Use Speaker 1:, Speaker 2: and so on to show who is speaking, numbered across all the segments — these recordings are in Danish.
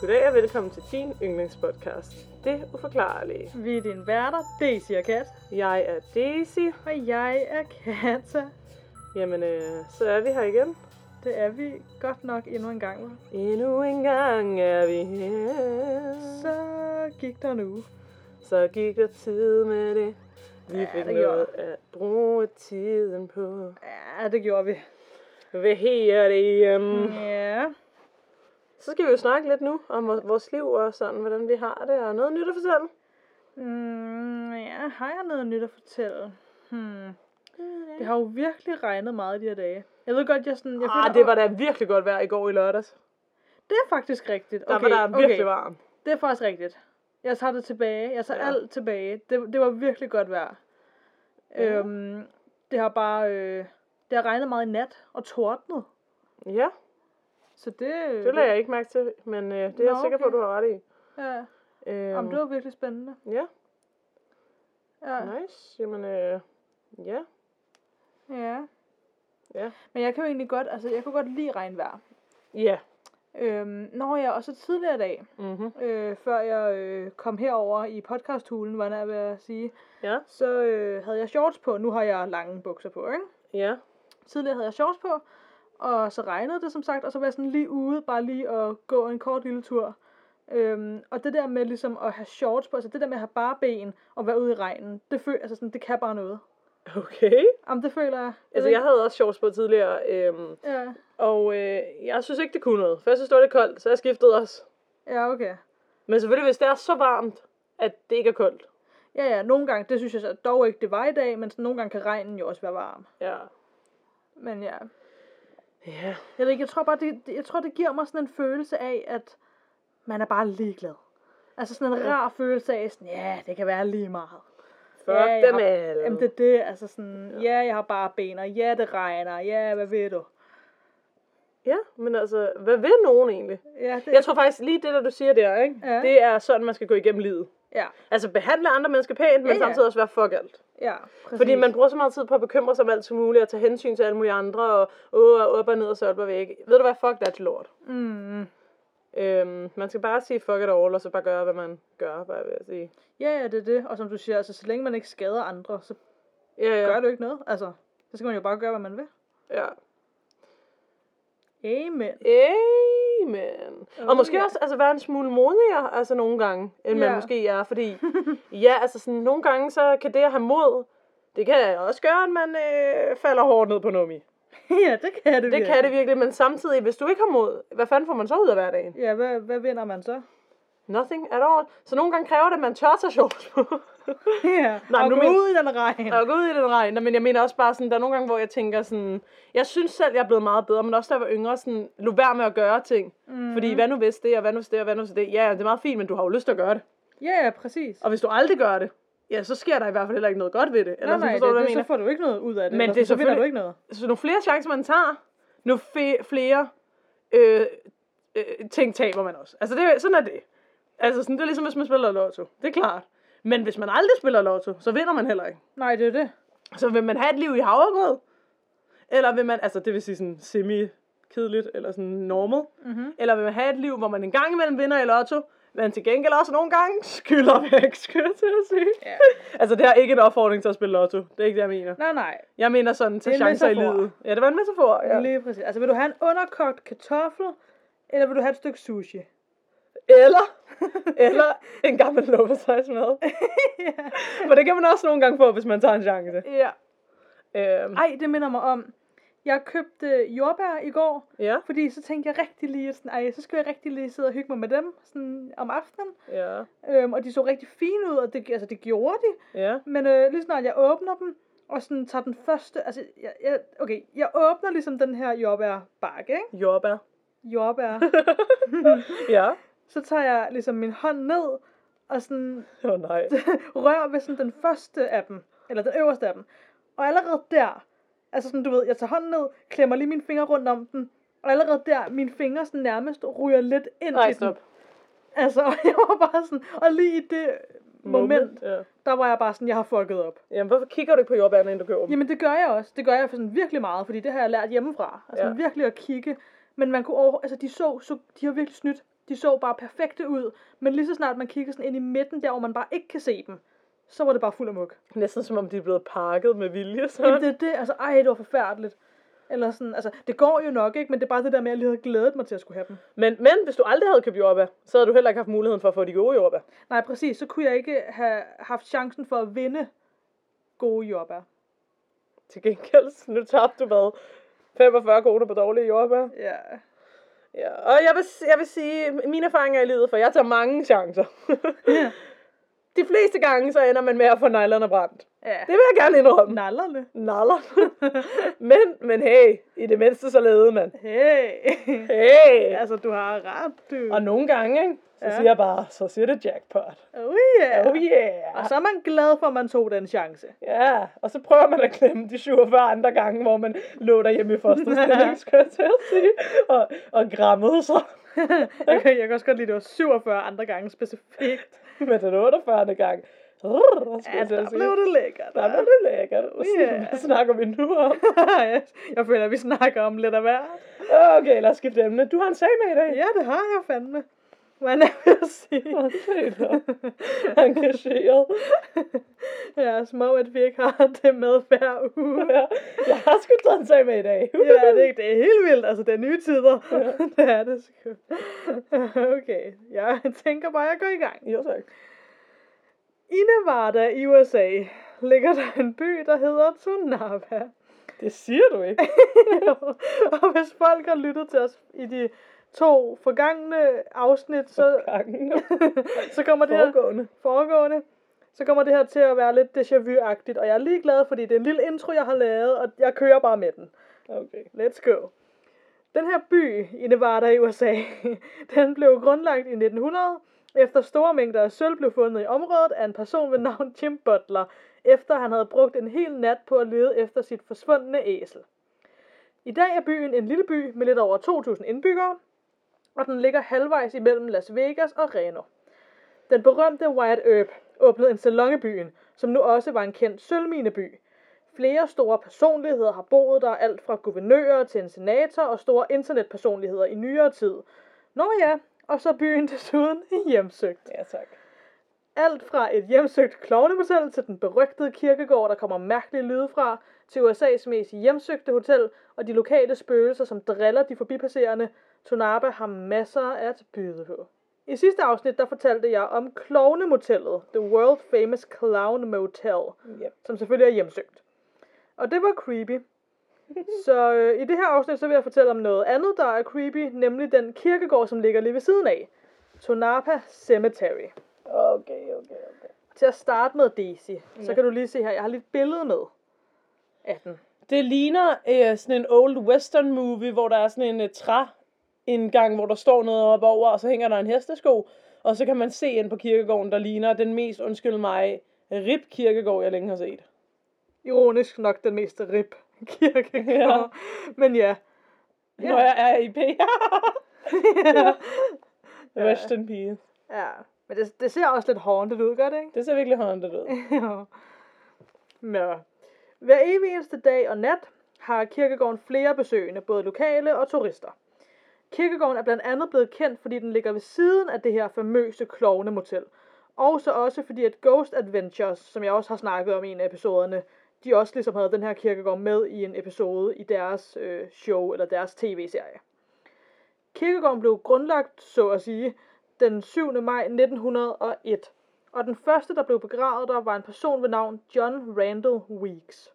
Speaker 1: Goddag og velkommen til din yndlingspodcast, Det Uforklarlige.
Speaker 2: Vi er din værter, Daisy og Kat.
Speaker 1: Jeg er Daisy.
Speaker 2: Og jeg er Kata.
Speaker 1: Jamen, øh, så er vi her igen.
Speaker 2: Det er vi godt nok endnu en gang. hva'?
Speaker 1: Endnu en gang er vi her.
Speaker 2: Så gik der nu.
Speaker 1: Så gik der tid med det. Vi
Speaker 2: Ja,
Speaker 1: fik
Speaker 2: det
Speaker 1: noget
Speaker 2: gjorde
Speaker 1: at bruge tiden på.
Speaker 2: Ja, det gjorde vi.
Speaker 1: Ved her det hjemme.
Speaker 2: Ja.
Speaker 1: Så skal vi jo snakke lidt nu om vor- vores liv og sådan, hvordan vi har det, og noget nyt at fortælle.
Speaker 2: Mm, ja, har jeg noget nyt at fortælle? Hmm. Det har jo virkelig regnet meget de her dage. Jeg ved godt, jeg sådan... Jeg
Speaker 1: Ah, det var da virkelig godt vejr i går i lørdags.
Speaker 2: Det er faktisk rigtigt.
Speaker 1: Der okay, var der virkelig okay. varmt.
Speaker 2: Det er faktisk rigtigt. Jeg tager det tilbage. Jeg tager
Speaker 1: Ja.
Speaker 2: ja. alt tilbage. Det, det var virkelig godt vejr.
Speaker 1: Ja.
Speaker 2: Ja. Øhm, det har bare... Øh, det har regnet meget i nat og tordnet.
Speaker 1: Ja,
Speaker 2: Så det... øh,
Speaker 1: det lagde jeg ikke mærke til, men øh, det er jeg
Speaker 2: Nå,
Speaker 1: sikker på,
Speaker 2: okay.
Speaker 1: du har ret i.
Speaker 2: Ja.
Speaker 1: Øhm,
Speaker 2: Jamen, det var virkelig spændende.
Speaker 1: Ja,
Speaker 2: Ja.
Speaker 1: nice. Jamen, øh, ja.
Speaker 2: ja.
Speaker 1: Ja.
Speaker 2: Men jeg kan jo egentlig godt... Altså, jeg kunne godt lide regnvejr.
Speaker 1: Ja.
Speaker 2: Øhm, når jeg også tidligere i dag,
Speaker 1: Mhm.
Speaker 2: øh, før jeg øh, kom herover i podcasthulen, var jeg ved at sige,
Speaker 1: Ja.
Speaker 2: så øh, havde jeg shorts på. Nu har jeg lange bukser på, ikke?
Speaker 1: Ja.
Speaker 2: Tidligere havde jeg shorts på, og så regnede det som sagt, og så var jeg sådan lige ude, bare lige at gå en kort lille tur. Øhm, og det der med ligesom at have shorts på, altså det der med at have bare ben og være ude i regnen, det, føl, altså sådan, det kan bare noget.
Speaker 1: Okay.
Speaker 2: Jamen det føler jeg. jeg.
Speaker 1: Altså,
Speaker 2: ved
Speaker 1: jeg havde også shorts på tidligere, øhm,
Speaker 2: ikke- Ja,
Speaker 1: og øh, jeg synes ikke, det kunne noget. For jeg synes, det var lidt koldt, så jeg skiftede også.
Speaker 2: ja, okay.
Speaker 1: Men selvfølgelig, hvis det er så varmt, at det ikke er koldt.
Speaker 2: Ja, ja, nogle gange, det synes jeg så dog ikke, det var i dag, men sådan, nogle gange kan regnen jo også være varm.
Speaker 1: Ja.
Speaker 2: Men ja,
Speaker 1: Ja.
Speaker 2: jeg ved ikke, jeg tror bare, det, det- jeg tror, det giver mig sådan en følelse af, at man er bare ligeglad. Altså sådan en rar følelse af, sådan, ja, det kan være lige meget.
Speaker 1: Fuck
Speaker 2: Ja, jeg
Speaker 1: dem
Speaker 2: har-
Speaker 1: alle.
Speaker 2: Jamen det er det, altså sådan, ja, jeg har bare ben, og ja, det regner, ja, hvad ved du?
Speaker 1: Ja, men altså, hvad vil nogen egentlig?
Speaker 2: Ja, det,
Speaker 1: Jeg tror faktisk, lige det, der du siger der, ikke?
Speaker 2: Ja.
Speaker 1: det er sådan, man skal gå igennem livet.
Speaker 2: ja,
Speaker 1: Altså, behandle andre mennesker pænt, men
Speaker 2: Ja, ja.
Speaker 1: samtidig også være fuck alt.
Speaker 2: ja, præcis.
Speaker 1: Fordi man bruger så meget tid på at bekymre sig om alt som muligt, og tage hensyn til alle mulige andre, og åh, og op og ned og så op og væk. Ved du hvad, fuck that lort.
Speaker 2: Mm,
Speaker 1: Øhm, man skal bare sige fuck it all, og så bare gøre, hvad man gør, bare ved at sige.
Speaker 2: ja, ja, det er det, og som du siger, altså så længe man ikke skader andre, så
Speaker 1: Ja, ja,
Speaker 2: gør det jo ikke noget, altså, så skal man jo bare gøre, hvad man vil.
Speaker 1: ja.
Speaker 2: Amen.
Speaker 1: Amen. og
Speaker 2: Oh,
Speaker 1: måske
Speaker 2: ja.
Speaker 1: også altså, være en smule modigere, altså nogle gange, end man
Speaker 2: Ja.
Speaker 1: måske er, fordi ja, altså sådan, nogle gange, så kan det at have mod, det kan også gøre, at man øh, falder hårdt ned på nummi.
Speaker 2: ja, det kan det
Speaker 1: Det kan det virkelig, men samtidig, hvis du ikke har mod, hvad fanden får man så ud af hverdagen?
Speaker 2: Ja, hvad, hvad vinder man så?
Speaker 1: Nothing at all. Så nogle gange kræver det, at man tør tage shorts på.
Speaker 2: ja,
Speaker 1: Nej,
Speaker 2: og
Speaker 1: nu
Speaker 2: gå
Speaker 1: men-
Speaker 2: ud i den regn.
Speaker 1: og gå ud i den regn. Nå, Men jeg mener også bare sådan, der er nogle gange, hvor jeg tænker sådan... Jeg synes selv, jeg er blevet meget bedre, men også da jeg var yngre, sådan, lå være med at gøre ting. Mm. Fordi hvad nu hvis det, og hvad nu hvis det, og hvad nu hvis det. Ja, ja, det er meget fint, men du har jo lyst til at gøre det.
Speaker 2: Ja, ja, præcis.
Speaker 1: Og hvis du aldrig gør det, ja, så sker der i hvert fald heller ikke noget godt ved det. Eller
Speaker 2: Nej,
Speaker 1: sådan,
Speaker 2: nej,
Speaker 1: forstår du, hvad
Speaker 2: det, det,
Speaker 1: jeg
Speaker 2: så
Speaker 1: mener?
Speaker 2: får du ikke noget ud af det.
Speaker 1: Men
Speaker 2: eller
Speaker 1: det er
Speaker 2: så vinder du
Speaker 1: selvfølgelig-
Speaker 2: ikke noget.
Speaker 1: Så nu flere chancer man tager, nu fe- flere øh, øh, ting taber man også. Altså det, er- sådan er det. Altså sådan, det er ligesom, hvis man spiller lotto. Det er klart. Men hvis man aldrig spiller lotto, så vinder man heller ikke.
Speaker 2: Nej, det er det.
Speaker 1: Så vil man have et liv i havregrød? Eller vil man, altså det vil sige sådan semi-kedeligt, eller sådan normal.
Speaker 2: Mhm.
Speaker 1: Eller vil man have et liv, hvor man en gang imellem vinder i lotto, men til gengæld også nogle gange skylder væk, skulle jeg til at sige.
Speaker 2: Ja.
Speaker 1: Altså det er ikke en opfordring til at spille lotto. Det er ikke det, jeg mener.
Speaker 2: Nej, nej.
Speaker 1: Jeg mener sådan, tage
Speaker 2: Det er en
Speaker 1: chancer i
Speaker 2: metafor.
Speaker 1: livet. Ja, det var en metafor.
Speaker 2: Ja.
Speaker 1: Ja.
Speaker 2: Lige præcis. Altså, vil du have en underkogt kartoffel, eller vil du have et stykke sushi?
Speaker 1: Eller, eller en gammel loppetøjs med. For det kan man også nogle gange få, hvis man tager en chance.
Speaker 2: Ja.
Speaker 1: Øhm,
Speaker 2: Ej, det minder mig om. Jeg købte jordbær i går,
Speaker 1: ja,
Speaker 2: fordi så tænkte jeg rigtig lige, sådan, ej, så skulle jeg rigtig lige sidde og hygge mig med dem sådan, om aftenen.
Speaker 1: ja,
Speaker 2: Øhm, og de så rigtig fine ud, og det, altså, det gjorde de.
Speaker 1: ja.
Speaker 2: Men øh, lige snart jeg åbner dem, og sådan tager den første, altså, jeg, jeg, okay, jeg åbner ligesom den her jordbærbakke, ikke?
Speaker 1: Jordbær.
Speaker 2: Jordbær.
Speaker 1: ja.
Speaker 2: så tager jeg ligesom min hånd ned, og sådan
Speaker 1: Åh oh, nej.
Speaker 2: rør ved sådan den første af dem, eller den øverste af dem. Og allerede der, altså sådan du ved, jeg tager hånden ned, klemmer lige mine fingre rundt om den, og allerede der, mine fingre sådan nærmest ryger lidt ind
Speaker 1: Nej,
Speaker 2: i
Speaker 1: stop.
Speaker 2: den. Altså, og jeg var bare sådan, og lige i det moment, moment,
Speaker 1: Ja.
Speaker 2: der var jeg bare sådan, jeg har fucket op.
Speaker 1: Jamen, hvorfor kigger du ikke på jordbærne, inden du køber dem?
Speaker 2: Jamen det gør jeg også, det gør jeg for sådan virkelig meget, fordi det har jeg lært hjemmefra, altså
Speaker 1: Ja.
Speaker 2: ja. virkelig at kigge. Men man kunne over, altså de så, så de har virkelig snydt. De De så bare perfekte ud, men lige så snart man kigger sådan ind i midten, der hvor man bare ikke kan se dem, så var det bare fuld af muk.
Speaker 1: Næsten som om de er blevet pakket med vilje.
Speaker 2: Jamen,
Speaker 1: Så.
Speaker 2: det er det, altså, ej, det var forfærdeligt. Eller sådan, altså, det går jo nok, ikke? Men det er bare det der med, at jeg lige havde glædet mig til at skulle have dem.
Speaker 1: Men, men hvis du aldrig havde købt jordbær, så havde du heller ikke haft muligheden for at få de gode jordbær.
Speaker 2: Nej, præcis, så kunne jeg ikke have haft chancen for at vinde gode jordbær.
Speaker 1: Til gengæld, så nu tabte du hvad? 45 kroner på dårlige jordbær.
Speaker 2: Ja.
Speaker 1: Ja, og jeg vil, jeg vil sige, mine erfaringer i livet, for jeg tager mange chancer.
Speaker 2: Ja.
Speaker 1: De fleste gange, så ender man med at få neglerne brændt.
Speaker 2: ja.
Speaker 1: Det vil jeg gerne indrømme.
Speaker 2: Nallerne.
Speaker 1: Naller. men, men hey, i det mindste så levede man.
Speaker 2: Hey.
Speaker 1: Hey!
Speaker 2: altså, du har ret, du.
Speaker 1: Og nogle gange, ikke? så
Speaker 2: Ja.
Speaker 1: siger jeg bare, så siger det jackpot.
Speaker 2: Oh yeah.
Speaker 1: Oh
Speaker 2: Og
Speaker 1: yeah!
Speaker 2: så er man glad for, at man tog den chance.
Speaker 1: Ja, og så prøver man at klemme de 47 andre gange, hvor man lå derhjemme i fosterstilling, skal jeg til at sige, og, og grammede sig.
Speaker 2: jeg, kan, jeg kan også godt lide, at det var 47 andre gange specifikt.
Speaker 1: Men den 48. gang, rrr, skal
Speaker 2: Ja,
Speaker 1: jeg til
Speaker 2: der
Speaker 1: at sige.
Speaker 2: blev det lækkert.
Speaker 1: Der blev det lækkert.
Speaker 2: yeah.
Speaker 1: Hvad snakker vi nu om?
Speaker 2: jeg føler, at vi snakker om lidt af hver.
Speaker 1: Okay, lad os skifte emne. Du har en sag med i dag.
Speaker 2: Ja, det har jeg fandme. Hvad er jeg at sige?
Speaker 1: Okay, da. Engageret.
Speaker 2: Ja, små, at vi ikke har det med hver uge.
Speaker 1: Ja. Jeg har sgu taget en sag med i dag.
Speaker 2: Ja, det, det er helt vildt. Altså, det er nye tider. det er det sgu. okay, jeg tænker bare, at jeg går i gang.
Speaker 1: Jo, tak.
Speaker 2: I Nevada i USA ligger der en by, der hedder Tonapa.
Speaker 1: Det siger du ikke.
Speaker 2: og hvis folk har lyttet til os i de to forgangne afsnit, så,
Speaker 1: Gangen
Speaker 2: så kommer det her
Speaker 1: foregående.
Speaker 2: foregående, så kommer det her til at være lidt déjà vu-agtigt, og jeg er ligeglad, fordi det er en lille intro, jeg har lavet, og jeg kører bare med den.
Speaker 1: Okay.
Speaker 2: Let's go. Den her by i Nevada i USA, den blev grundlagt i 1900, efter store mængder af sølv blev fundet i området af en person ved navn Jim Butler, efter han havde brugt en hel nat på at lede efter sit forsvundne æsel. I dag er byen en lille by med lidt over 2.000 indbyggere, og den ligger halvvejs imellem Las Vegas og Reno. Den berømte Wyatt Earp åbnede en salon i byen, som nu også var en kendt sølvmineby, Flere store personligheder har boet der, alt fra guvernører til en senator og store internetpersonligheder i nyere tid. Nå ja, og så er byen desuden hjemsøgt.
Speaker 1: Ja, tak.
Speaker 2: Alt fra et hjemsøgt klovnemotel til den berygtede kirkegård, der kommer mærkelige lyde fra, til USA's mest hjemsøgte hotel og de lokale spøgelser, som driller de forbipasserende. Tonapa har masser at byde på. I sidste afsnit, der fortalte jeg om klovnemotellet, The World Famous Clown Motel
Speaker 1: Yep.
Speaker 2: som selvfølgelig er hjemsøgt. Og det var creepy. Så øh, i det her afsnit, så vil jeg fortælle om noget andet, der er creepy, nemlig den kirkegård, som ligger lige ved siden af. Tonapa Cemetery.
Speaker 1: Okay, okay, okay.
Speaker 2: Til at starte med Daisy, så
Speaker 1: Ja.
Speaker 2: kan du lige se her, jeg har lige et billede med af den.
Speaker 1: Det ligner øh, sådan en old western movie, hvor der er sådan en øh, træindgang, hvor der står noget op over, og så hænger der en hestesko. Og så kan man se ind på kirkegården, der ligner den mest, undskyld mig, rib kirkegård, jeg længe har set.
Speaker 2: Ironisk nok den mest rip kirkegård. Ja. Men ja.
Speaker 1: Ja. Når jeg er i P.
Speaker 2: Ja.
Speaker 1: Rest in peace.
Speaker 2: ja. Men det, det ser også lidt haunted ud, gør det ikke?
Speaker 1: Det ser virkelig håndtet ud.
Speaker 2: Ja. Nå. Hver evig eneste dag og nat har kirkegården flere besøgende, både lokale og turister. Kirkegården er blandt andet blevet kendt, fordi den ligger ved siden af det her famøse klovne motel. Og så også fordi, at Ghost Adventures, som jeg også har snakket om i en af episoderne, de også ligesom havde den her kirkegård med i en episode i deres øh, show eller deres tv-serie. Kirkegården blev grundlagt, så at sige, den 7. maj 1901. Og den første, der blev begravet der, var en person ved navn John Randall Weeks.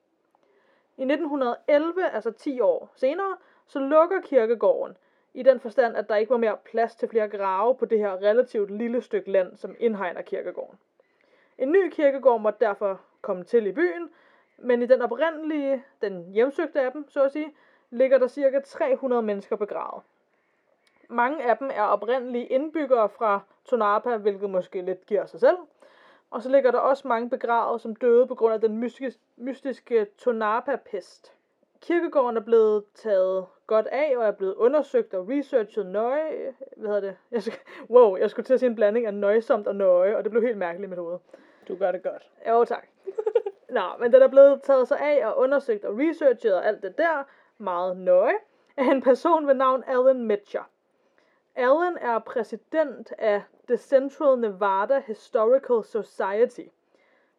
Speaker 2: I 1911, altså 10 år senere, så lukker kirkegården, i den forstand, at der ikke var mere plads til flere grave på det her relativt lille stykke land, som indhegner kirkegården. En ny kirkegård måtte derfor komme til i byen, men i den oprindelige, den hjemsøgte af dem, så at sige, ligger der ca. 300 mennesker begravet. Mange af dem er oprindelige indbyggere fra Tonapa, hvilket måske lidt giver sig selv. Og så ligger der også mange begravet, som døde på grund af den mystiske, mystiske Tonapa-pest. Kirkegården er blevet taget godt af, og er blevet undersøgt og researchet nøje. Hvad hedder det? Jeg skal, wow, jeg skulle til at sige en blanding af nøjsomt og nøje, og det blev helt mærkeligt i mit hoved.
Speaker 1: Du gør det godt.
Speaker 2: Jo, tak. Nå, men den er blevet taget sig af og undersøgt og researchet og alt det der meget nøje af en person ved navn Alan Mitcher. Allen er præsident af The Central Nevada Historical Society.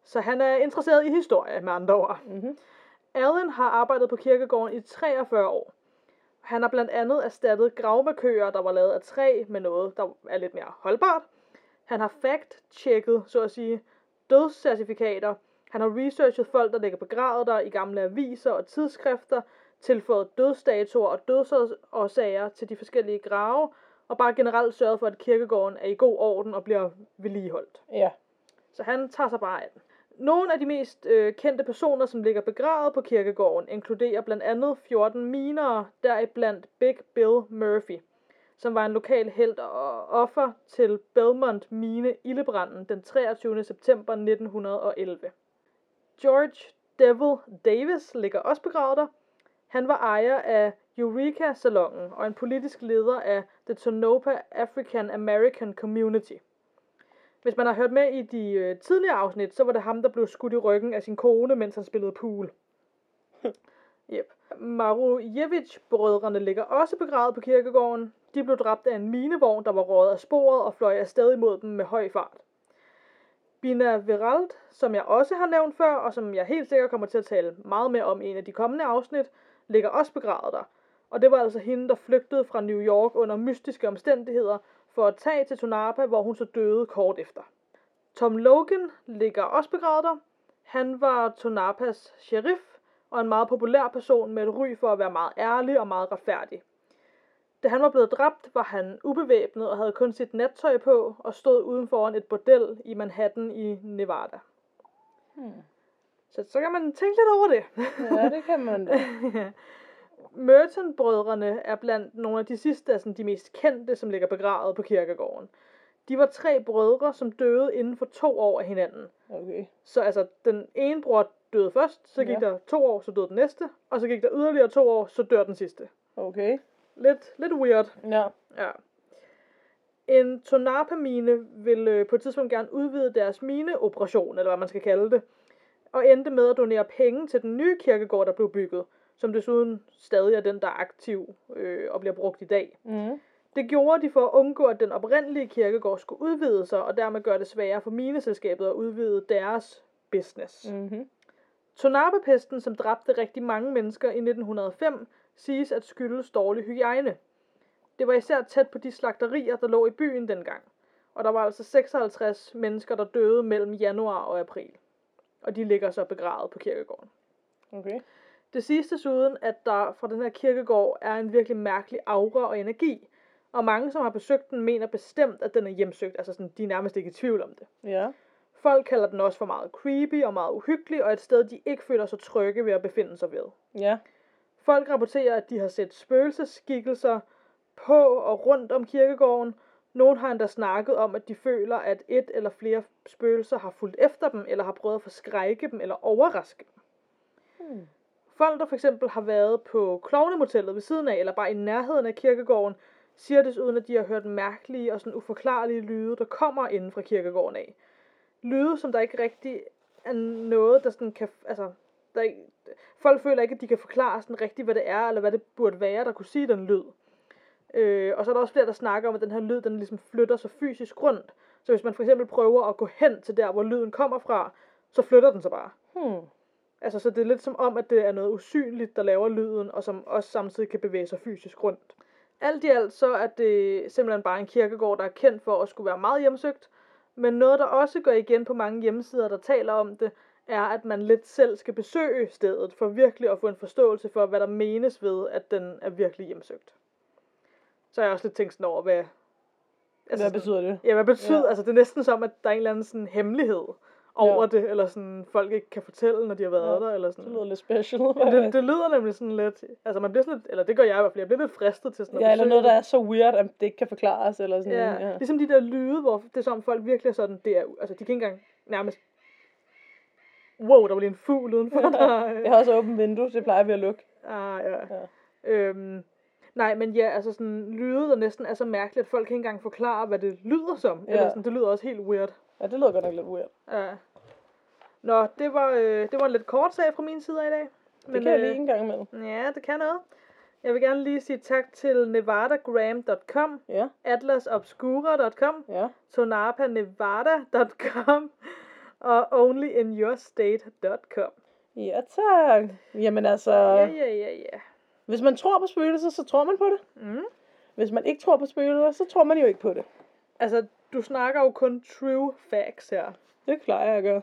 Speaker 2: Så han er interesseret i historie, med andre ord.
Speaker 1: Mm-hmm.
Speaker 2: Allen har arbejdet på kirkegården i 43 år. Han har blandt andet erstattet gravmarkører, der var lavet af træ, med noget, der er lidt mere holdbart. Han har fact-tjekket, så at sige, dødscertifikater. Han har researchet folk, der ligger begravet der i gamle aviser og tidsskrifter, tilføjet dødsdatoer og dødsårsager til de forskellige grave, og bare generelt sørget for, at kirkegården er i god orden og bliver vedligeholdt.
Speaker 1: Ja.
Speaker 2: Så han tager sig bare af den. Nogle af de mest øh, kendte personer, som ligger begravet på kirkegården, inkluderer blandt andet 14 minere, deriblandt Big Bill Murphy, som var en lokal held og offer til Belmont Mine Ildebranden den 23. september 1911. George Devil Davis ligger også begravet der. Han var ejer af Eureka-salongen og en politisk leder af The Tonopah African American Community. Hvis man har hørt med i de øh, tidligere afsnit, så var det ham, der blev skudt i ryggen af sin kone, mens han spillede pool. yep. Marujevich-brødrene ligger også begravet på kirkegården. De blev dræbt af en minevogn, der var røget af sporet og fløj afsted imod dem med høj fart. Bina Veralt, som jeg også har nævnt før, og som jeg helt sikkert kommer til at tale meget mere om i en af de kommende afsnit, ligger også begravet der. Og det var altså hende, der flygtede fra New York under mystiske omstændigheder for at tage til Tonapa, hvor hun så døde kort efter. Tom Logan ligger også begravet der. Han var Tonapas sheriff og en meget populær person med et ry for at være meget ærlig og meget retfærdig. Da han var blevet dræbt, var han ubevæbnet og havde kun sit nattøj på og stod uden foran et bordel i Manhattan i Nevada.
Speaker 1: Hmm.
Speaker 2: Så, så kan man tænke lidt over det.
Speaker 1: Ja, det kan man da.
Speaker 2: Merton-brødrene er blandt nogle af de sidste, altså de mest kendte, som ligger begravet på kirkegården. De var tre brødre, som døde inden for to år af hinanden.
Speaker 1: Okay.
Speaker 2: Så altså, den ene bror døde først, så gik
Speaker 1: Ja.
Speaker 2: ja. der to år, så døde den næste, og så gik der yderligere to år, så dør den sidste.
Speaker 1: Okay.
Speaker 2: Lidt, lidt weird.
Speaker 1: Ja.
Speaker 2: Ja. En Tonapa-mine ville øh, på et tidspunkt gerne udvide deres mineoperation, eller hvad man skal kalde det, og endte med at donere penge til den nye kirkegård, der blev bygget, som desuden stadig er den, der er aktiv øh, og bliver brugt i dag.
Speaker 1: Mm.
Speaker 2: Det gjorde de for at undgå, at den oprindelige kirkegård skulle udvide sig, og dermed gøre det sværere for mineselskabet at udvide deres business.
Speaker 1: Mm-hmm.
Speaker 2: Tonarbepesten, som dræbte rigtig mange mennesker i 1905, siges at skyldes dårlig hygiejne. Det var især tæt på de slagterier, der lå i byen dengang. Og der var altså 56 mennesker, der døde mellem januar og april. Og de ligger så begravet på kirkegården.
Speaker 1: Okay.
Speaker 2: Det siges desuden, at der fra den her kirkegård er en virkelig mærkelig aura og energi. Og mange, som har besøgt den, mener bestemt, at den er hjemsøgt. Altså sådan, de er nærmest ikke i tvivl om det.
Speaker 1: Ja.
Speaker 2: Folk kalder den også for meget creepy og meget uhyggelig, og et sted, de ikke føler sig trygge ved at befinde sig ved.
Speaker 1: Ja.
Speaker 2: Folk rapporterer, at de har set spøgelseskikkelser på og rundt om kirkegården. Nogle har endda snakket om, at de føler, at et eller flere spøgelser har fulgt efter dem, eller har prøvet at forskrække dem eller overraske dem.
Speaker 1: Hmm.
Speaker 2: Folk, der for eksempel har været på klovnemotellet ved siden af, eller bare i nærheden af kirkegården, siger desuden, at de har hørt mærkelige og sådan uforklarlige lyde, der kommer inden fra kirkegården af. Lyde, som der ikke rigtig er noget, der sådan kan... Altså, der ikke, folk føler ikke, at de kan forklare sådan rigtigt, hvad det er, eller hvad det burde være, der kunne sige den lyd. Øh, og så er der også flere, der snakker om, at den her lyd, den ligesom flytter sig fysisk rundt. Så hvis man for eksempel prøver at gå hen til der, hvor lyden kommer fra, så flytter den sig bare.
Speaker 1: Hmm.
Speaker 2: Altså, så det er lidt som om, at det er noget usynligt, der laver lyden, og som også samtidig kan bevæge sig fysisk rundt. Alt i alt så er det simpelthen bare en kirkegård, der er kendt for at skulle være meget hjemsøgt, men noget, der også går igen på mange hjemmesider, der taler om det, er, at man lidt selv skal besøge stedet for virkelig at få en forståelse for, hvad der menes ved, at den er virkelig hjemsøgt. Så har jeg også lidt tænkt sådan over, hvad... altså
Speaker 1: Hvad betyder det?
Speaker 2: Ja, hvad betyder,
Speaker 1: Ja.
Speaker 2: ja. altså det er næsten som, at der er en eller anden sådan hemmelighed over
Speaker 1: Ja.
Speaker 2: ja. det, eller sådan, folk ikke kan fortælle, når de har været
Speaker 1: Ja,
Speaker 2: ja. der, eller sådan.
Speaker 1: Det lyder lidt special.
Speaker 2: Ja, det, det, lyder nemlig sådan lidt, altså man bliver sådan lidt, eller det gør jeg i hvert fald, jeg bliver lidt fristet til sådan
Speaker 1: Ja, eller
Speaker 2: besøge
Speaker 1: noget, der
Speaker 2: det.
Speaker 1: er så weird, at det ikke kan forklares, eller sådan
Speaker 2: Ja,
Speaker 1: ja.
Speaker 2: ligesom de der lyde, hvor det er som om folk virkelig er sådan, det er, altså de kan ikke engang nærmest, wow, der var lige en fugl udenfor. der,
Speaker 1: Jeg har også åbent vindue, det plejer vi at lukke.
Speaker 2: Ah, ja.
Speaker 1: Ja.
Speaker 2: ja. Øhm, nej, men ja, altså sådan lyde, der næsten er så mærkeligt, at folk kan ikke engang forklare, hvad det lyder som. Ja.
Speaker 1: Ja.
Speaker 2: Eller sådan, det lyder også helt weird.
Speaker 1: Ja, det lyder godt nok lidt weird.
Speaker 2: Ja. Nå, det var, øh, det var en lidt kort sag fra min side af i dag.
Speaker 1: Det kan jeg lige en gang imellem.
Speaker 2: Ja, det kan noget. Jeg vil gerne lige sige tak til nevadagram.com,
Speaker 1: Ja,
Speaker 2: atlasobscura.com,
Speaker 1: ja.
Speaker 2: tonapanevada.com og onlyinyourstate.com.
Speaker 1: Ja, tak. Jamen altså,
Speaker 2: Ja, ja, ja, ja.
Speaker 1: hvis man tror på spøgelser, så tror man på det.
Speaker 2: Mm.
Speaker 1: Hvis man ikke tror på spøgelser, så tror man jo ikke på det.
Speaker 2: Altså, du snakker jo kun true facts her.
Speaker 1: Det plejer jeg at gøre.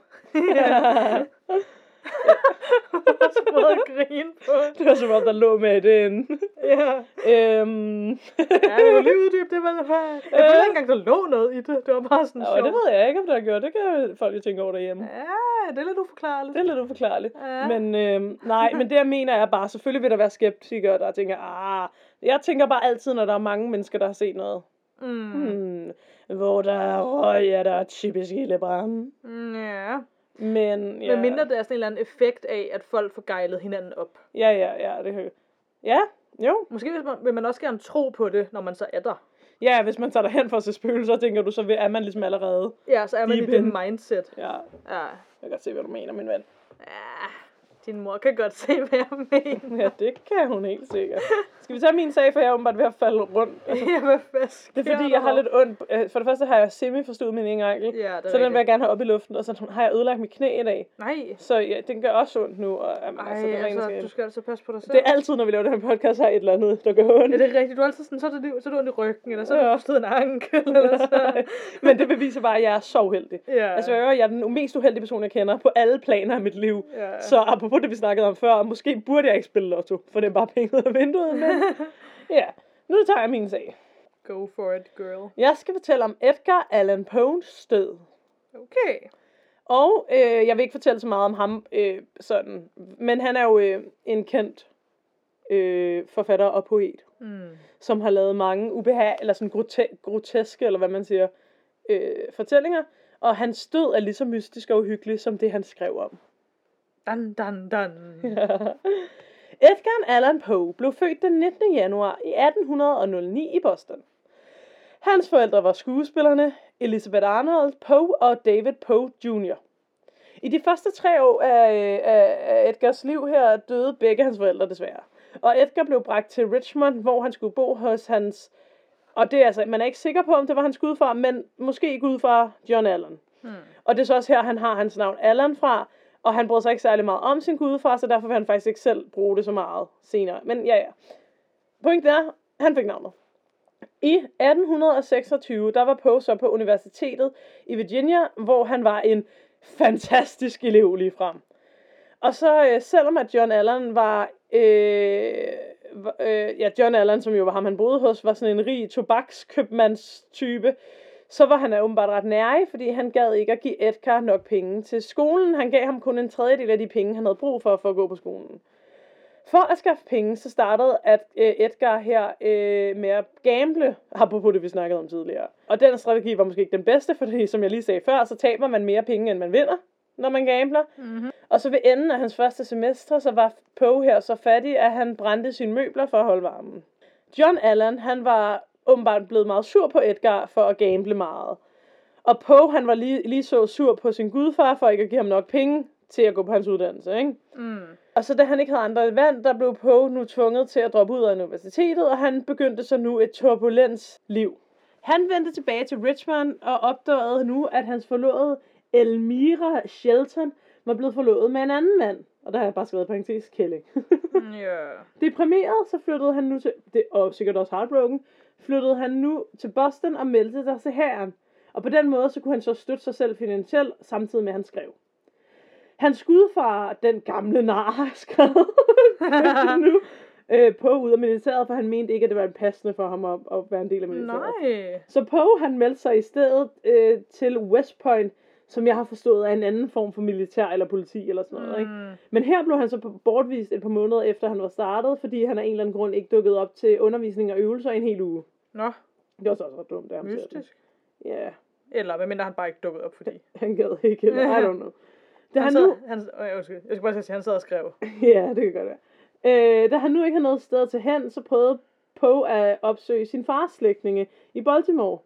Speaker 2: Måde at grine på.
Speaker 1: det var som om, der lå med det inde.
Speaker 2: Ja.
Speaker 1: øhm.
Speaker 2: Ja, jeg vil lige uddybe det, men jeg følte ikke engang, der lå noget i det. Det var bare sådan
Speaker 1: Og
Speaker 2: sjovt.
Speaker 1: det ved jeg ikke, om der har gjort. Det kan folk jo tænke over derhjemme.
Speaker 2: Ja, det er lidt uforklarligt.
Speaker 1: Det er lidt uforklarligt.
Speaker 2: Ja.
Speaker 1: Men øhm, nej, men det jeg mener er bare, selvfølgelig vil der være skeptikere, der tænker, ah, jeg tænker bare altid, når der er mange mennesker, der har set noget.
Speaker 2: Mm.
Speaker 1: Hmm, hvor der er røg, er der typisk ildebrand.
Speaker 2: Mm, ja.
Speaker 1: Men ja,
Speaker 2: Men mindre det er sådan en eller anden effekt af, at folk får gejlet hinanden op.
Speaker 1: ja, ja, ja, det kan Ja, jo.
Speaker 2: Måske hvis man, vil man også gerne tro på det, når man så er der.
Speaker 1: Ja, hvis man tager derhen for at se spøgelser, tænker du, så vil- er man ligesom allerede.
Speaker 2: Ja, så er man
Speaker 1: Lige
Speaker 2: i det
Speaker 1: den-
Speaker 2: mindset.
Speaker 1: Ja,
Speaker 2: Ja.
Speaker 1: jeg kan godt se, hvad du mener, min ven.
Speaker 2: ja. Din mor kan godt se, hvad jeg mener.
Speaker 1: Ja, det kan hun helt sikkert. Skal vi tage min sag, for jeg er åbenbart ved at falde rundt.
Speaker 2: Ja, hvad fanden sker
Speaker 1: Det er fordi,
Speaker 2: der
Speaker 1: jeg har lidt ondt. øh, For det første har jeg semi-forstået min ene ankel.
Speaker 2: Ja, det er
Speaker 1: så den vil
Speaker 2: rigtigt.
Speaker 1: jeg gerne have op i luften, og så har jeg ødelagt mit knæ i dag.
Speaker 2: Nej.
Speaker 1: Så ja, den gør også ondt nu. Og, jamen,
Speaker 2: Ej,
Speaker 1: altså, det, er
Speaker 2: altså,
Speaker 1: altså,
Speaker 2: du skal altså passe på dig selv.
Speaker 1: det er altid, når vi laver den her podcast, har et eller andet, der gør ondt.
Speaker 2: Ja, det er rigtigt. Du er altid sådan, så er, det, liv- så er du ondt i ryggen, eller så er du
Speaker 1: Ja.
Speaker 2: forstået en ankel, eller så...
Speaker 1: Men det beviser bare, at jeg er så uheldig.
Speaker 2: Ja.
Speaker 1: Altså, jeg er- jeg er den mest uheldige person, jeg kender på alle planer af mit liv.
Speaker 2: Ja.
Speaker 1: Så apropos det, vi snakkede om før, måske burde jeg ikke spille lotto, for det er bare penge ud af vinduet. Men ja, nu tager jeg min sag.
Speaker 2: Go for it, girl.
Speaker 1: Jeg skal fortælle om Edgar Allan Poes død.
Speaker 2: Okay.
Speaker 1: Og øh, jeg vil ikke fortælle så meget om ham øh, sådan, men han er jo øh, en kendt øh, forfatter og poet,
Speaker 2: Mm.
Speaker 1: som har lavet mange ubehag eller sådan grote- groteske eller hvad man siger øh, fortællinger. Og hans død er lige så mystisk og uhyggelig som det han skrev om.
Speaker 2: Dan, dan, dan.
Speaker 1: Edgar Allan Poe blev født den 19. januar i 1809 i Boston. Hans forældre var skuespillerne Elizabeth Arnold Poe og David Poe Jr. I de første tre år af, af af Edgars liv her døde begge hans forældre desværre. Og Edgar blev bragt til Richmond, hvor han skulle bo hos hans... Og det er altså, man er ikke sikker på, om det var hans gudfar, men måske gudfar John Allen. Og det er så også her, han har hans navn Allan fra, og han brød sig ikke særlig meget om sin gudefar, så derfor vil han faktisk ikke selv bruge det så meget senere. Men ja, ja. Pointen er, han fik navnet. I 1826, der var Poe så på universitetet i Virginia, hvor han var en fantastisk elev ligefrem. Og så øh, selvom at John Allen var, øh, var- øh, ja John Allen, som jo var ham han boede hos, var sådan en rig tobakskøbmandstype, så var han da åbenbart ret nærig, fordi han gad ikke at give Edgar nok penge til skolen. Han gav ham kun en tredjedel af de penge, han havde brug for, for at gå på skolen. For at skaffe penge, så startede at øh, Edgar her øh, med at gamble, apropos det, vi snakkede om tidligere. Og den strategi var måske ikke den bedste, fordi som jeg lige sagde før, så taber man mere penge, end man vinder, når man gambler.
Speaker 2: Mhm.
Speaker 1: Og så ved enden af hans første semester, så var Poe her så fattig, at han brændte sine møbler for at holde varmen. John Allen, han var åbenbart blevet meget sur på Edgar for at gamble meget. Og Poe, han var lige, lige så sur på sin gudfar for ikke at give ham nok penge til at gå på hans uddannelse, ikke?
Speaker 2: Mm.
Speaker 1: Og så da han ikke havde andre vand, der blev Poe nu tvunget til at droppe ud af universitetet, og han begyndte så nu et turbulens liv. Han vendte tilbage til Richmond og opdagede nu, at hans forlovede Elmira Shelton var blevet forlovet med en anden mand. Og der har jeg bare skrevet parentes, Kelly.
Speaker 2: Ja.
Speaker 1: Deprimeret, så flyttede han nu til, det, og sikkert også heartbroken, flyttede han nu til Boston og meldte sig til hæren. Og på den måde, så kunne han så støtte sig selv finansielt, samtidig med, at han skrev. Hans gudfar, den gamle nar, skrev det nu øh, på ud af militæret, for han mente ikke, at det var passende for ham at, at være en del af militæret.
Speaker 2: Nej.
Speaker 1: Så Poe, han meldte sig i stedet øh, til West Point, som jeg har forstået er en anden form for militær eller politi eller sådan noget, ikke?
Speaker 2: Mm.
Speaker 1: Men her blev han så bortvist et par måneder efter han var startet, fordi han af en eller anden grund ikke dukkede op til undervisning og øvelser i en hel uge.
Speaker 2: Nå,
Speaker 1: Det var så også ret dumt af ham. til at-
Speaker 2: mystisk.
Speaker 1: Ja,
Speaker 2: Eller hvad mindre han bare ikke dukket op, fordi...
Speaker 1: han gad ikke, eller I don't know. Da han,
Speaker 2: Han,
Speaker 1: nu,
Speaker 2: sad, han, øh, undskyld, jeg skal bare til at sige, han sad og skrev.
Speaker 1: ja, det kan godt være. Øh, da han nu ikke havde noget sted til hen, så prøvede Poe at opsøge sin fars slægtninge i Baltimore.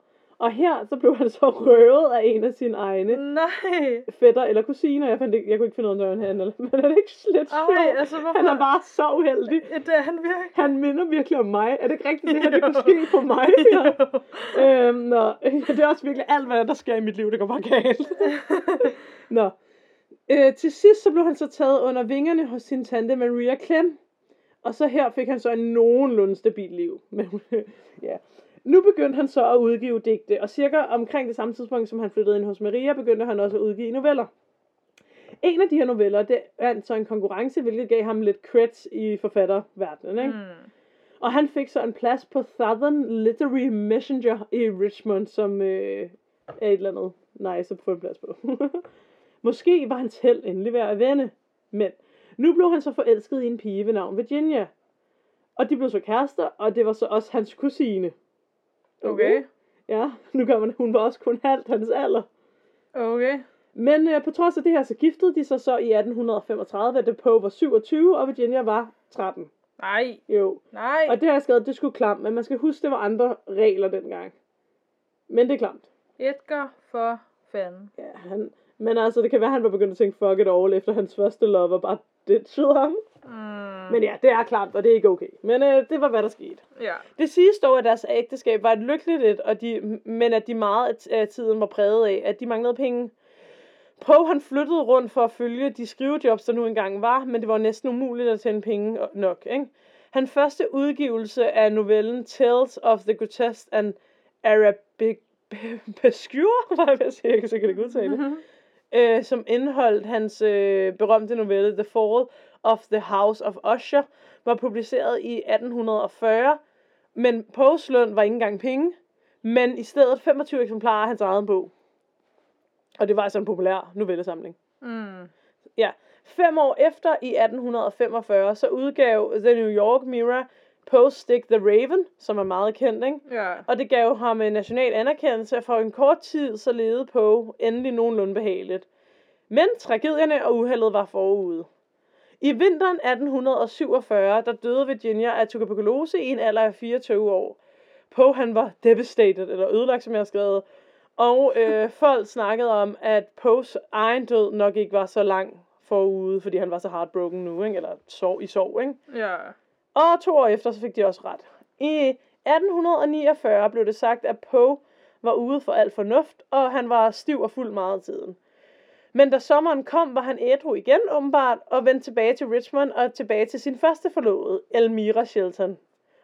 Speaker 1: Og her, så blev han så røvet af en af sine egne
Speaker 2: Nej.
Speaker 1: fætter eller kusiner. Jeg, fandt ikke, jeg kunne ikke finde ud af, om det var en han, men er det ikke slet
Speaker 2: Ej,
Speaker 1: sjovt?
Speaker 2: altså hvorfor?
Speaker 1: Han er bare så uheldig.
Speaker 2: Ja, det er han virkelig.
Speaker 1: Han minder virkelig om mig. Er det ikke rigtigt, det her det
Speaker 2: Jo.
Speaker 1: kunne ske på mig?
Speaker 2: Jo.
Speaker 1: Ja. Øhm, nå. Det er også virkelig alt, hvad der sker i mit liv, det går bare galt. Nå. Øh, til sidst så blev han så taget under vingerne hos sin tante Maria Clem. Og så her fik han så en nogenlunde stabil liv. Men, ja. Nu begyndte han så at udgive digte, og cirka omkring det samme tidspunkt, som han flyttede ind hos Maria, begyndte han også at udgive noveller. En af de her noveller, det vandt så en konkurrence, hvilket gav ham lidt creds i forfatterverdenen. Ikke? Mm.
Speaker 2: Mm.
Speaker 1: Og han fik så en plads på Southern Literary Messenger i Richmond, som øh, er et eller andet nice at få en plads på. Måske var hans held endelig ved at vende, men nu blev han så forelsket i en pige ved navn Virginia. Og de blev så kærester, og det var så også hans kusine. Uh-huh.
Speaker 2: Okay.
Speaker 1: Ja, nu gør man, hun var også kun halvt hans alder.
Speaker 2: Okay.
Speaker 1: Men øh, på trods af det her, så giftede de sig så i 1835, da Poe var 27, og Virginia var 13.
Speaker 2: Nej.
Speaker 1: Jo.
Speaker 2: Nej.
Speaker 1: Og det har jeg skrevet, det skulle klamt, men man skal huske, det var andre regler dengang. Men det er klamt.
Speaker 2: Edgar for fanden.
Speaker 1: Ja, han, men altså, det kan være, han var begyndt at tænke, fuck it all, efter hans første love, og bare det skød ham.
Speaker 2: Mm.
Speaker 1: Men ja, det er klamt, og det er ikke okay. Men øh, det var, hvad der skete.
Speaker 2: Ja.
Speaker 1: Det siges dog, at deres ægteskab var et lykkeligt et, og de, men at de meget af t- af tiden var præget af, at de manglede penge. Poe han flyttede rundt for at følge de skrivejobs, der nu engang var, men det var næsten umuligt at tjene penge nok. Ikke? Hans første udgivelse af novellen Tales of the Grotesque and Arabic Bescure, var jeg ved at sige, jeg kan sikkert ikke udtale det,
Speaker 2: Mhm.
Speaker 1: øh, som indeholdt hans øh, berømte novelle The Fall of the House of Usher, var publiceret i 1840, men Poes løn var ikke engang penge, men i stedet 25 eksemplarer af hans egen bog. Og det var altså en populær novellesamling.
Speaker 2: Mm.
Speaker 1: Ja. Fem år efter, i 1845, så udgav The New York Mirror Poe's Stick The Raven, som er meget kendt, ikke?
Speaker 2: Ja.
Speaker 1: Og det gav ham en national anerkendelse, og for en kort tid så levede Poe endelig nogenlunde behageligt. Men tragedierne og uheldet var forude. I vinteren 1847, der døde Virginia af tuberkulose i en alder af 24 år. Poe han var devastated, eller ødelagt, som jeg har skrevet. Og øh, folk snakkede om, at Poes egen død nok ikke var så lang forude, fordi han var så heartbroken nu, ikke? eller sov i sorg. Ikke?
Speaker 2: Ja.
Speaker 1: Og to år efter, så fik de også ret. I 1849 blev det sagt, at Poe var ude for al fornuft, og han var stiv og fuld meget af tiden. Men da sommeren kom, var han ædru igen åbenbart, og vendte tilbage til Richmond og tilbage til sin første forlovede, Elmira Shelton.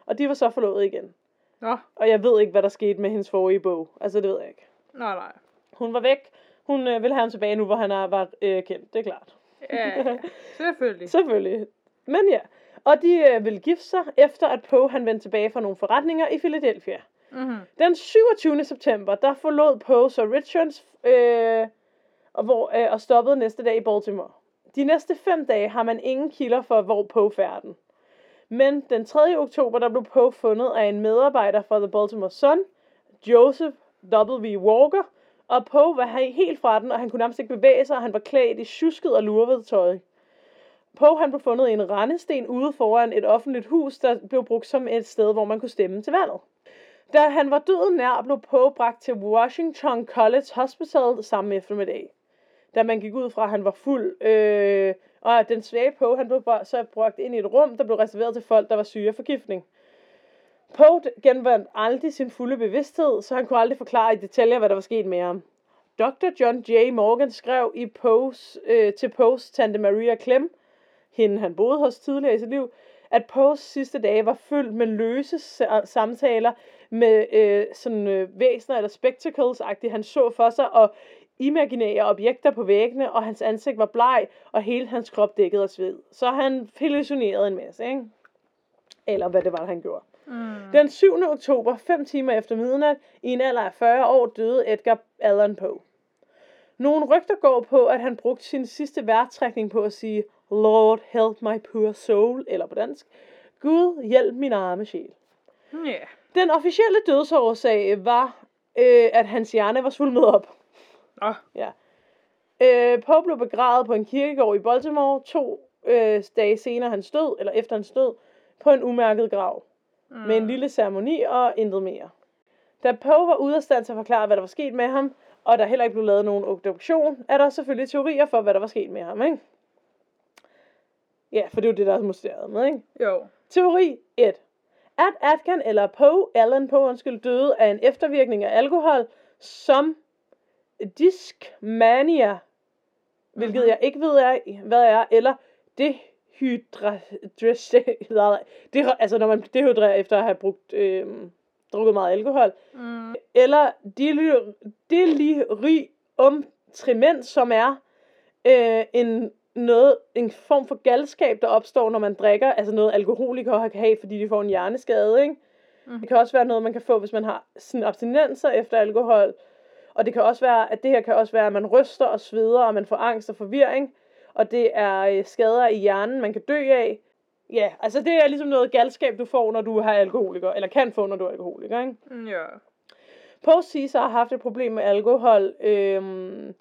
Speaker 1: Og de var så forlovet igen.
Speaker 2: Nå.
Speaker 1: Og jeg ved ikke, hvad der skete med hendes forrige bog. Altså, det ved jeg ikke.
Speaker 2: Nej, nej.
Speaker 1: Hun var væk. Hun øh, ville have ham tilbage nu, hvor han er, var øh, kendt. Det er klart.
Speaker 2: Ja, ja. selvfølgelig.
Speaker 1: Selvfølgelig. Men ja. Og de øh, ville gifte sig, efter at Poe han vendte tilbage fra nogle forretninger i Philadelphia.
Speaker 2: Mhm.
Speaker 1: Den 27. september, der forlod Poe så Richards øh, og, hvor, øh, og stoppede næste dag i Baltimore. De næste fem dage har man ingen kilder for, hvor Poe færden. Men den 3. oktober, der blev Poe fundet af en medarbejder fra The Baltimore Sun, Joseph W. Walker, og Poe var he- helt fra den, og han kunne nærmest ikke bevæge sig, og han var klædt i tjusket og lurvet tøj. Poe han blev fundet i en rendesten ude foran et offentligt hus, der blev brugt som et sted, hvor man kunne stemme til valget. Da han var døden nær, blev Poe bragt til Washington College Hospital samme eftermiddag. Da man gik ud fra, at han var fuld, øh, og at den svage Poe han blev br- så bragt ind i et rum, der blev reserveret til folk, der var syge af forgiftning. Poe d- genvandt aldrig sin fulde bevidsthed, så han kunne aldrig forklare i detaljer, hvad der var sket med ham. Dr. John J. Morgan skrev i Poes, øh, til Poes tante Maria Clem, hende han boede hos tidligere i sit liv, at Poes sidste dage var fyldt med løse sa- samtaler med øh, sådan øh, væsener eller spectacles agtigt han så for sig, og imaginære objekter på væggene, og hans ansigt var bleg, og hele hans krop dækket af sved. Så han hallucinerede en masse, ikke? Eller hvad det var, han gjorde.
Speaker 2: Mm.
Speaker 1: Den 7. oktober, 5 timer efter midnat, i en alder af 40 år, døde Edgar Allan Poe. Nogle rygter går på, at han brugte sin sidste værtrækning på at sige, Lord help my poor soul, eller på dansk, Gud hjælp min arme sjæl.
Speaker 2: Ja.
Speaker 1: Den officielle dødsårsag var, øh, at hans hjerne var svulmet op.
Speaker 2: Nå.
Speaker 1: Øh, Poe blev begravet på en kirkegård i Baltimore to øh, dage senere hans død, eller efter hans død, på en umærket grav,
Speaker 2: Mm.
Speaker 1: med en lille ceremoni og intet mere. Da Poe var ude af stand til at forklare, hvad der var sket med ham, og der heller ikke blev lavet nogen obduktion, er der selvfølgelig teorier for, hvad der var sket med ham, ikke? Ja, for det er jo det, der er mysteriet med, ikke?
Speaker 2: Jo.
Speaker 1: Teori 1. At Atkin eller Poe, Allen Poe, undskyld, døde af en eftervirkning af alkohol, som diskmania, hvilket
Speaker 2: Mhm.
Speaker 1: jeg ikke ved, er, hvad er, eller dehydra... Det, altså, når man dehydrerer efter at have brugt, øh, drukket meget alkohol,
Speaker 2: Mm.
Speaker 1: eller delir- delirium tremens, som er øh, en, noget, en form for galskab, der opstår, når man drikker, altså noget alkoholikere kan have, fordi de får en hjerneskade, ikke?
Speaker 2: Mhm.
Speaker 1: Det kan også være noget, man kan få, hvis man har sådan abstinenser efter alkohol, og det kan også være, at det her kan også være, at man ryster og sveder, og man får angst og forvirring, og det er øh, skader i hjernen, man kan dø af. Ja, altså det er ligesom noget galskab, du får, når du har alkoholiker, eller kan få, når du er alkoholiker, ikke?
Speaker 2: Ja.
Speaker 1: Poe siges at have haft et problem med alkohol øhm,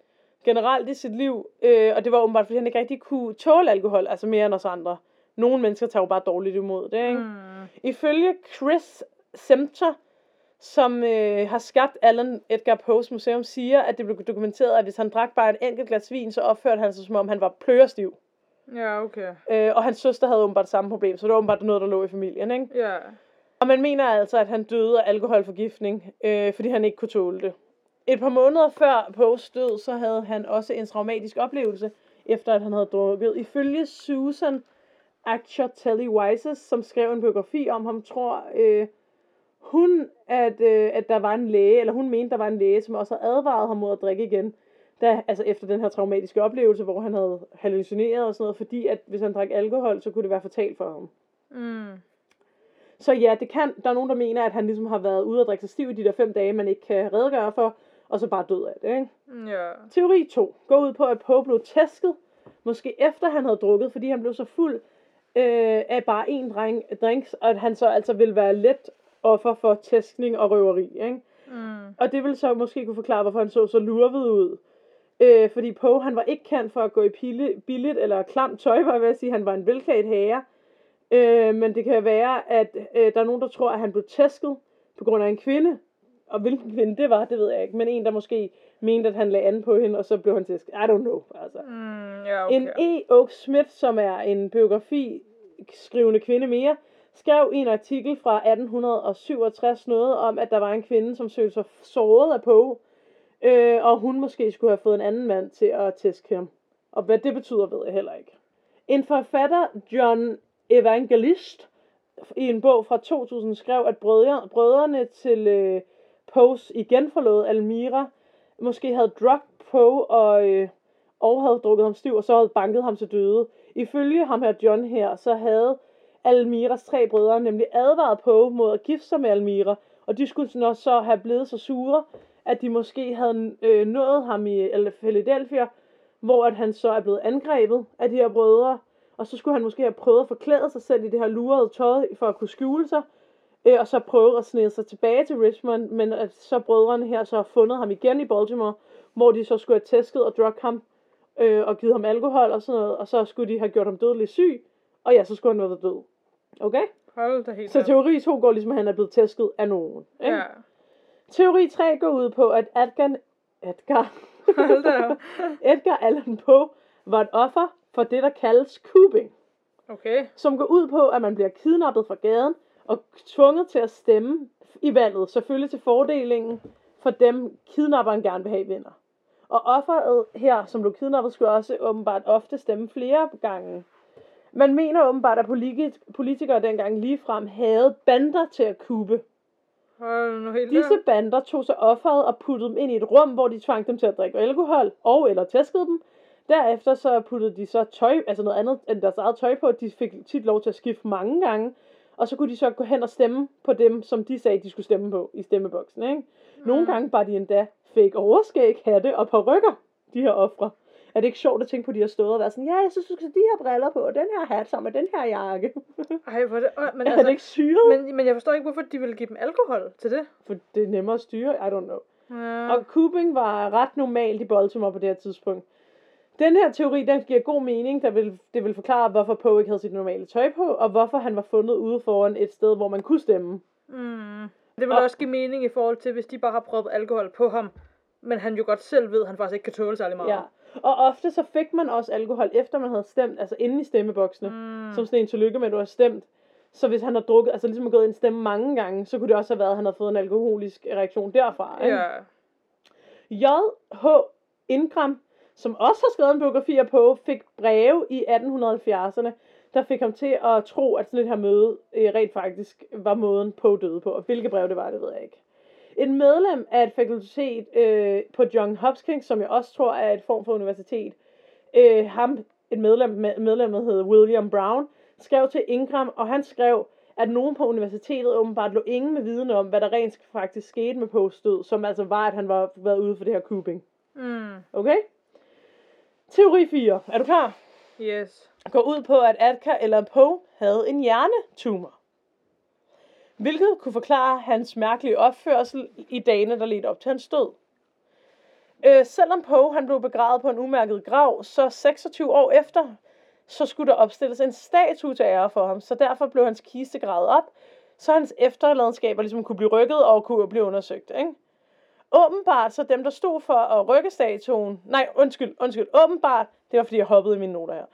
Speaker 1: generelt i sit liv, øh, og det var åbenbart, fordi han ikke rigtig kunne tåle alkohol, altså mere end os andre. Nogle mennesker tager jo bare dårligt imod det, ikke? Mm.
Speaker 2: Mm.
Speaker 1: Ifølge Chris Semter, som øh, har skabt Allen Edgar Poes museum, siger, at det blev dokumenteret, at hvis han drak bare et enkelt glas vin, så opførte han sig, som om han var plørestiv.
Speaker 2: Ja, okay.
Speaker 1: Øh, og hans søster havde åbenbart samme problem, så det var åbenbart noget, der lå i familien, ikke?
Speaker 2: Ja.
Speaker 1: Og man mener altså, at han døde af alkoholforgiftning, øh, fordi han ikke kunne tåle det. Et par måneder før Poes død, så havde han også en traumatisk oplevelse, efter at han havde drukket. Ifølge Susan Aksher Telly Wises, som skrev en biografi om ham, tror øh, hun, at, øh, at der var en læge, eller hun mente, der var en læge, som også havde advaret ham mod at drikke igen. Da, altså efter den her traumatiske oplevelse, hvor han havde hallucineret og sådan noget, fordi at hvis han drak alkohol, så kunne det være fatalt for ham.
Speaker 2: Mm.
Speaker 1: Så ja, det kan. Der er nogen, der mener, at han ligesom har været ude og drikke sig stiv i de der fem dage, man ikke kan redegøre for, og så bare død af det, ikke?
Speaker 2: Ja.
Speaker 1: Teori 2 går ud på, at Poe blev tæsket, måske efter han havde drukket, fordi han blev så fuld øh, af bare en dreng, drinks, og at han så altså ville være let offer for tæskning og røveri, ikke?
Speaker 2: Mm.
Speaker 1: Og det ville så måske kunne forklare, hvorfor han så så lurvet ud. Øh, fordi Poe, han var ikke kendt for at gå i pille, billigt eller klamt tøj, var jeg ved at sige. Han var en velklædt herre. Øh, men det kan være, at øh, der er nogen, der tror, at han blev tæsket på grund af en kvinde. Og hvilken kvinde det var, det ved jeg ikke. Men en, der måske mente, at han lagde an på hende, og så blev han tæsket. I don't know, altså.
Speaker 2: Mm. Ja, okay.
Speaker 1: En E. Oak Smith, som er en biografi skrivende kvinde mere, skrev i en artikel fra 1867 noget om, at der var en kvinde, som følte sig såret af Poe, øh, og hun måske skulle have fået en anden mand til at tæske ham. Og hvad det betyder, ved jeg heller ikke. En forfatter, John Evangelist, i en bog fra 2000 skrev, at brødre, brødrene til øh, Poes igen forlod Almira, måske havde drugt Poe og... Øh, og havde drukket ham stiv, og så havde banket ham til døde. Ifølge ham her John her, så havde Almiras tre brødre nemlig advaret Poe mod at gifte sig med Almira, og de skulle sådan også så have blevet så sure, at de måske havde øh, nået ham i eller Philadelphia, hvor at han så er blevet angrebet af de her brødre, og så skulle han måske have prøvet at forklæde sig selv i det her lurede tøj for at kunne skjule sig, øh, og så prøve at snede sig tilbage til Richmond, men at så brødrene her så har fundet ham igen i Baltimore, hvor de så skulle have tæsket og drukket ham, øh, og givet ham alkohol og sådan noget, og så skulle de have gjort ham dødelig syg, og ja, så skulle han være død. Okay?
Speaker 2: Hold da helt
Speaker 1: Så
Speaker 2: op.
Speaker 1: teori 2 går ligesom, at han er blevet tæsket af nogen. Ikke?
Speaker 2: Ja.
Speaker 1: Teori 3 går ud på, at Edgar, Edgar,
Speaker 2: Hold da op.
Speaker 1: Edgar Allan Poe var et offer for det, der kaldes kubing,
Speaker 2: Okay.
Speaker 1: som går ud på, at man bliver kidnappet fra gaden og tvunget til at stemme i valget, selvfølgelig til fordelingen for dem, kidnapperen gerne vil have vinder. Og offeret her, som blev kidnappet, skulle også åbenbart ofte stemme flere gange. Man mener åbenbart, at politi- politikere dengang ligefrem havde bander til at kube.
Speaker 2: Hold nu helt
Speaker 1: Disse
Speaker 2: op.
Speaker 1: bander tog sig offeret og puttede dem ind i et rum, hvor de tvang dem til at drikke alkohol og eller tæskede dem. Derefter så puttede de så tøj, altså noget andet end deres eget tøj på. De fik tit lov til at skifte mange gange. Og så kunne de så gå hen og stemme på dem, som de sagde, de skulle stemme på i stemmeboksen. Ikke? Nogle
Speaker 2: Mm.
Speaker 1: gange var de endda fik overskæg, hatte og parrykker, de her ofre. Er det ikke sjovt at tænke på, at de har stået og været sådan, ja, jeg synes, du skal have de her briller på, og den her hat sammen med den her jakke.
Speaker 2: Ej, hvor er det... åh, Men
Speaker 1: Men altså, er det
Speaker 2: altså...
Speaker 1: ikke syret? Men...
Speaker 2: Men, men jeg forstår ikke, hvorfor de ville give dem alkohol til det.
Speaker 1: For det er nemmere at styre, I don't know.
Speaker 2: Ja.
Speaker 1: Og Cooping var ret normalt i Baltimore på det her tidspunkt. Den her teori, den giver god mening, der vil, det vil forklare, hvorfor Poe ikke havde sit normale tøj på, og hvorfor han var fundet ude foran et sted, hvor man kunne stemme.
Speaker 2: Mm. Det vil
Speaker 1: Og-
Speaker 2: også give mening i forhold til, hvis de bare har prøvet alkohol på ham, men han jo godt selv ved, at han faktisk ikke kan tåle særlig meget.
Speaker 1: Ja. Og ofte så fik man også alkohol, efter man havde stemt, altså inde i stemmeboksene,
Speaker 2: Mm.
Speaker 1: som sådan en tillykke med, at du har stemt. Så hvis han har drukket, altså ligesom gået ind og stemme mange gange, så kunne det også have været, at han havde fået en alkoholisk reaktion derfra. ikke?
Speaker 2: ja.
Speaker 1: J.H. Ingram, som også har skrevet en biografi af Poe, fik breve i 1870'erne, der fik ham til at tro, at sådan et her møde øh, rent faktisk var måden Poe døde på. Og hvilke brev det var, det ved jeg ikke. En medlem af et fakultet øh, på John Hopkins, som jeg også tror er et form for universitet, øh, ham, et medlem, med- medlemmet hed William Brown, skrev til Ingram, og han skrev, at nogen på universitetet åbenbart lå ingen med viden om, hvad der rent faktisk skete med Poes død, som altså var, at han var været ude for det her kubing.
Speaker 2: Mm.
Speaker 1: Okay? Teori 4. Er du klar?
Speaker 2: Yes.
Speaker 1: Går ud på, at Atka eller Poe havde en hjernetumor. Hvilket kunne forklare hans mærkelige opførsel i dagene, der ledte op til hans død. Øh, selvom Poe han blev begravet på en umærket grav, så 26 år efter, så skulle der opstilles en statue til ære for ham, så derfor blev hans kiste gravet op, så hans efterladenskaber ligesom kunne blive rykket og kunne blive undersøgt. Ikke? Åbenbart så dem, der stod for at rykke statuen, nej, undskyld, undskyld, åbenbart, det var fordi jeg hoppede i mine noter her.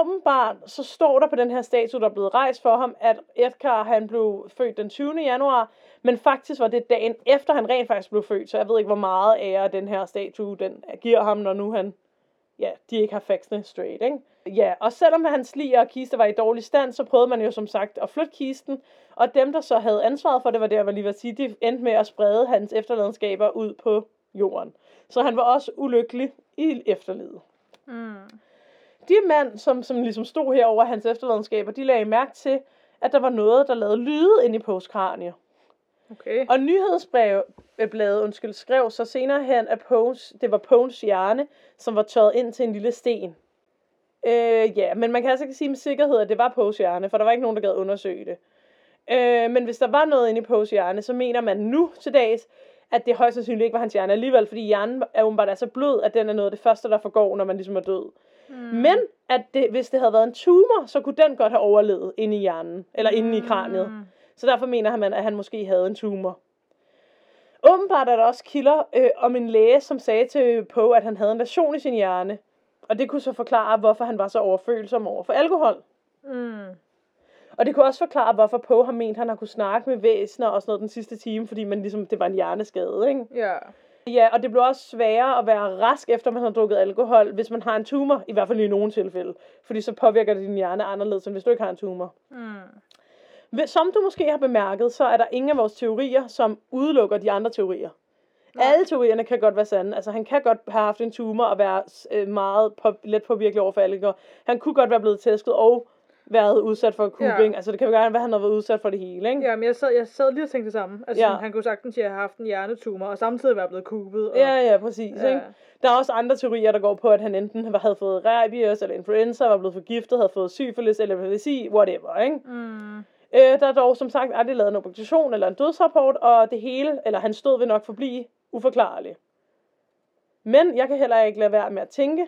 Speaker 1: Åbenbart så står der på den her statue, der er blevet rejst for ham, at Edgar han blev født den 20. januar, men faktisk var det dagen efter, han rent faktisk blev født, så jeg ved ikke, hvor meget ære den her statue den giver ham, når nu han, ja, de ikke har faxene straight, ikke? Ja, og selvom hans lig og kiste var i dårlig stand, så prøvede man jo som sagt at flytte kisten, og dem, der så havde ansvaret for det, var der, jeg var lige ved at sige, de endte med at sprede hans efterladenskaber ud på jorden. Så han var også ulykkelig i efterlivet.
Speaker 2: Mm.
Speaker 1: De mænd, som, som ligesom stod herover hans efterladenskaber, de lagde mærke til, at der var noget, der lavede lyde inde i postkranier.
Speaker 2: Okay.
Speaker 1: Og nyhedsbladet undskyld, skrev så senere hen, at Pones, det var Pones hjerne, som var tørret ind til en lille sten. Øh, ja, men man kan altså ikke sige med sikkerhed, at det var Poes hjerne, for der var ikke nogen, der gad undersøge det. Øh, men hvis der var noget inde i Poes hjerne, så mener man nu til dags, at det højst sandsynligt ikke var hans hjerne alligevel, fordi hjernen er åbenbart er så blød, at den er noget af det første, der forgår, når man ligesom er død.
Speaker 2: Mm.
Speaker 1: Men at det, hvis det havde været en tumor, så kunne den godt have overlevet inde i hjernen, eller inde i kraniet.
Speaker 2: Mm.
Speaker 1: Så derfor mener han, at han måske havde en tumor. Åbenbart er der også kilder øh, om en læge, som sagde til Poe, at han havde en version i sin hjerne. Og det kunne så forklare, hvorfor han var så overfølsom over for alkohol.
Speaker 2: Mm.
Speaker 1: Og det kunne også forklare, hvorfor Poe har ment, at han har kunne snakke med væsener og sådan noget den sidste time, fordi man ligesom, det var en hjerneskade, ikke?
Speaker 2: Ja.
Speaker 1: Ja, og det bliver også sværere at være rask, efter man har drukket alkohol, hvis man har en tumor, i hvert fald i nogle tilfælde. Fordi så påvirker det din hjerne anderledes, end hvis du ikke har en tumor.
Speaker 2: Mm.
Speaker 1: Hvis- Som du måske har bemærket, så er der ingen af vores teorier, som udelukker de andre teorier.
Speaker 2: Nej.
Speaker 1: Alle teorierne kan godt være sande. Altså, han kan godt have haft en tumor og være øh, meget på, let påvirkelig over for alkohol. Han kunne godt være blevet tæsket og været udsat for kubing. Ja. Altså, det kan jo godt være, at han har været udsat for det hele, ikke?
Speaker 2: Ja, men jeg sad, jeg sad lige og tænkte det samme. Altså,
Speaker 1: Ja.
Speaker 2: ja. han kunne sagtens have haft en hjernetumor, og samtidig være blevet kubet. Og,
Speaker 1: Ja, ja, præcis. Ja. Ikke?
Speaker 2: ja.
Speaker 1: Der er også andre teorier, der går på, at han enten var- havde fået rabies eller influenza, var blevet forgiftet, havde fået syfilis eller epilepsi, whatever, ikke?
Speaker 2: Mm.
Speaker 1: Øh, der er dog som sagt aldrig lavet en obduktion eller en dødsrapport, og det hele, eller hans død vil nok forblive uforklarlig. Men jeg kan heller ikke lade være med at tænke,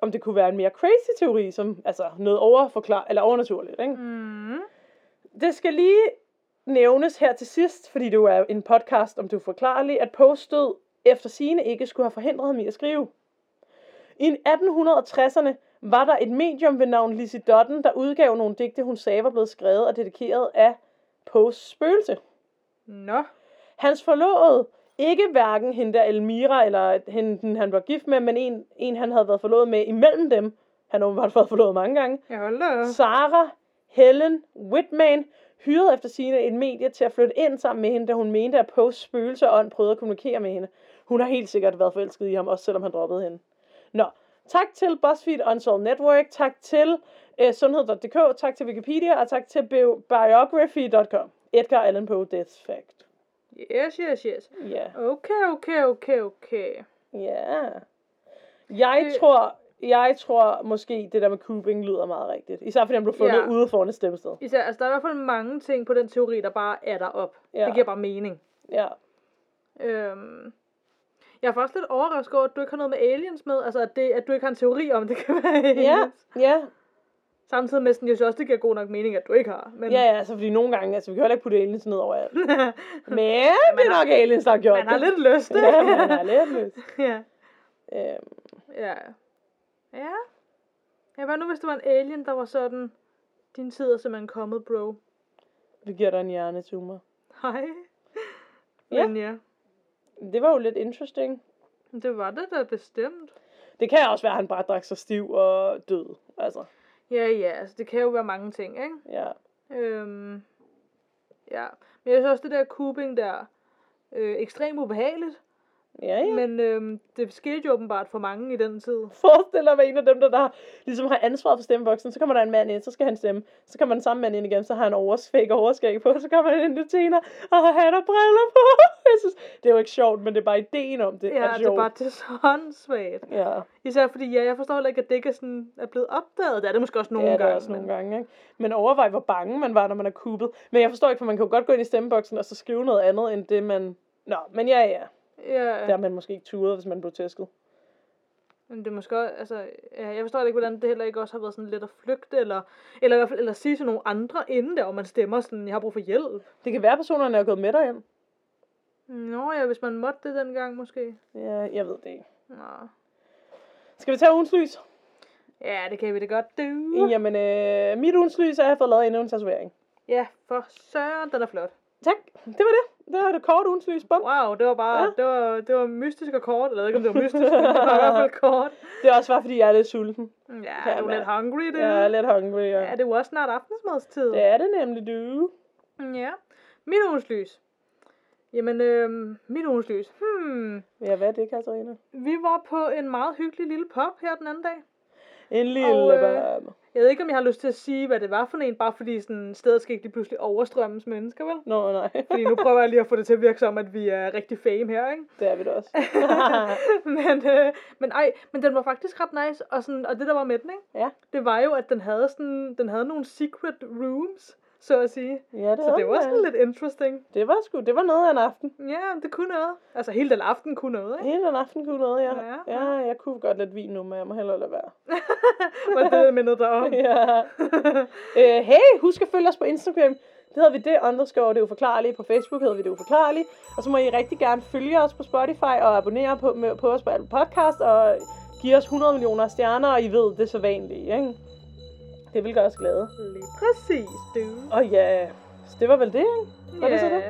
Speaker 1: om det kunne være en mere crazy teori, som altså noget overforklar eller overnaturligt. Ikke?
Speaker 2: Mm.
Speaker 1: Det skal lige nævnes her til sidst, fordi det jo er en podcast om det uforklarlige, at Poes død efter sine ikke skulle have forhindret ham i at skrive. I 1860'erne var der et medium ved navn Lizzie Dutton, der udgav nogle digte, hun sagde var blevet skrevet og dedikeret af Poes spøgelse.
Speaker 2: Nå.
Speaker 1: Hans forlovede, ikke hverken hende der Elmira, eller hende, den han var gift med, men en, en han havde været forlovet med imellem dem, han har åbenbart været forlovet mange gange,
Speaker 2: Jeg holder da.
Speaker 1: Sarah Helen Whitman hyrede efter sine et medie til at flytte ind sammen med hende, da hun mente, at Poes spøgelse og ånd prøvede at kommunikere med hende. Hun har helt sikkert været forelsket i ham, også selvom han droppede hende. Nå, tak til BuzzFeed Unsolved Network, tak til øh, sundhed.dk, tak til Wikipedia, og tak til bio- biography.com. Edgar Allan Poe, Death Fact.
Speaker 2: Yes, yes, yes.
Speaker 1: Ja, yeah.
Speaker 2: Okay, okay, okay, okay.
Speaker 1: ja. Yeah. Jeg
Speaker 2: Det-
Speaker 1: tror... Jeg tror måske, det der med Kubing lyder meget rigtigt. Især fordi han blev fundet
Speaker 2: Ja.
Speaker 1: ude foran et stemmested.
Speaker 2: Især, altså, der er i hvert fald mange ting på den teori, der bare er der op.
Speaker 1: Ja.
Speaker 2: Ja. Det giver bare mening.
Speaker 1: Ja.
Speaker 2: Øhm, jeg er faktisk lidt overrasket over, at du ikke har noget med aliens med. Altså, at, det, at du ikke har en teori om, det kan være aliens.
Speaker 1: Ja, ja.
Speaker 2: Samtidig med sådan, jeg synes også, det giver god nok mening, at du ikke har. Men
Speaker 1: Ja, ja, altså fordi nogle gange, altså vi kan heller ikke putte aliens ned over alt. Men det er nok aliens, der har gjort
Speaker 2: man har
Speaker 1: det.
Speaker 2: lidt lyst, ikke?
Speaker 1: Ja, man har lidt lyst.
Speaker 2: ja.
Speaker 1: Øhm,
Speaker 2: Ja. Ja. Ja, hvad nu hvis det var en alien, der var sådan, din tid er simpelthen kommet, bro.
Speaker 1: vi giver dig en hjernetumor.
Speaker 2: Hej.
Speaker 1: Ja.
Speaker 2: Men ja,
Speaker 1: Det var jo lidt interesting.
Speaker 2: det var det da bestemt.
Speaker 1: Det kan også være, at han bare drak sig stiv og død. Altså,
Speaker 2: Ja, ja, altså det kan jo være mange ting, ikke?
Speaker 1: ja.
Speaker 2: Øhm, ja. Men jeg synes også, det der kubing der, øh, ekstremt ubehageligt.
Speaker 1: Ja, ja.
Speaker 2: Men øhm, det skete jo åbenbart for mange i den tid.
Speaker 1: forestil dig at være en af dem, der, der ligesom har ansvaret for stemmeboksen. Så kommer der en mand ind, så skal han stemme. Så kommer den samme mand ind igen, så har han overs, fake overskæg på. Så kommer han ind til Tina, og han har briller på. Jeg synes, det er jo ikke sjovt, men det er bare ideen om det.
Speaker 2: Ja,
Speaker 1: er
Speaker 2: det er
Speaker 1: sjovt.
Speaker 2: bare det er så håndsvagt.
Speaker 1: Ja,
Speaker 2: Især fordi, ja, jeg forstår heller ikke, at det ikke er, sådan, er blevet opdaget. Det er det måske også nogle
Speaker 1: nogle ja, gange,
Speaker 2: gange.
Speaker 1: også nogle
Speaker 2: men-
Speaker 1: gange. Ikke? Men overvej, hvor bange man var, når man er kuppet. Men jeg forstår ikke, for man kan jo godt gå ind i stemmeboksen og så skrive noget andet, end det man... Nå, men ja, ja.
Speaker 2: Ja,
Speaker 1: Der er man måske ikke turet, hvis man blev tæsket.
Speaker 2: men det er måske også, altså, ja, jeg forstår heller ikke, hvordan det heller ikke også har været sådan lidt at flygte, eller, eller i hvert fald eller sige til nogle andre inden der, og man stemmer sådan, jeg har brug for hjælp.
Speaker 1: Det kan være, at personerne er gået med derind.
Speaker 2: Nå ja, hvis man måtte det dengang måske.
Speaker 1: Ja, jeg ved det ikke.
Speaker 2: Nå.
Speaker 1: Skal vi tage ugens lys?
Speaker 2: Ja, det kan vi da godt do.
Speaker 1: Uh. Jamen, øh, mit ugens lys er, at jeg har fået lavet endnu en tatovering.
Speaker 2: Ja, for søren, den er flot.
Speaker 1: Tak. Det var det. Det var det korte ugens lys. Bum.
Speaker 2: Wow, det var bare,
Speaker 1: Ja.
Speaker 2: det, var, det var mystisk og kort. Jeg ved ikke, om det var mystisk, men det var i hvert fald kort.
Speaker 1: Det er også bare, fordi jeg er lidt sulten.
Speaker 2: Ja,
Speaker 1: Kan
Speaker 2: du er
Speaker 1: være.
Speaker 2: lidt hungry, det.
Speaker 1: Jeg er lidt hungry. Ja.
Speaker 2: ja det er jo også snart aftensmadstid.
Speaker 1: Det er det nemlig, du.
Speaker 2: Ja. Mit ugenslys. Jamen, øhm, mit ugenslys. Hmm.
Speaker 1: Ja, hvad er det, Katarina?
Speaker 2: Vi var på en meget hyggelig lille pop her den anden dag.
Speaker 1: En lille
Speaker 2: Og, øh,
Speaker 1: barm.
Speaker 2: Jeg ved ikke, om jeg har lyst til at sige, hvad det var for en, bare fordi sådan, stedet skal ikke lige pludselig overstrømmes mennesker, vel?
Speaker 1: Nå, nej.
Speaker 2: Fordi nu prøver jeg lige at få det til at virke som, at vi er rigtig fame her, ikke?
Speaker 1: det er vi da også.
Speaker 2: men, øh, men ej, men den var faktisk ret nice, og, sådan, og det der var med den, ikke?
Speaker 1: ja.
Speaker 2: Det var jo, at den havde, sådan, den havde nogle secret rooms, så at sige.
Speaker 1: ja, det,
Speaker 2: Så det var
Speaker 1: er.
Speaker 2: sådan lidt interesting.
Speaker 1: Det var sgu, det var noget af en aften.
Speaker 2: Ja, det kunne noget. Altså hele den aften kunne noget, ikke?
Speaker 1: Hele en aften kunne noget, ja.
Speaker 2: Ja,
Speaker 1: Ja, jeg kunne godt lidt vin nu, men jeg må hellere lade være.
Speaker 2: Var det, jeg mindede dig om?
Speaker 1: ja. øh, hey, husk at følge os på Instagram. Det hedder vi det, underscore det uforklarlige. På Facebook hedder vi det uforklarlige. Og så må I rigtig gerne følge os på Spotify og abonnere på, med, på os på Apple Podcast og give os 100 millioner stjerner, og I ved, det er så vanligt, ikke? Det vil gøre os glade.
Speaker 2: Lige præcis, du.
Speaker 1: Og ja, så det var vel det, ikke? Var det så det?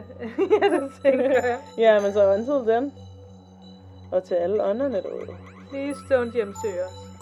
Speaker 2: ja, det tænker jeg.
Speaker 1: Ja, men så until den. Og til alle ånderne derude.
Speaker 2: Please don't hjemsøge os.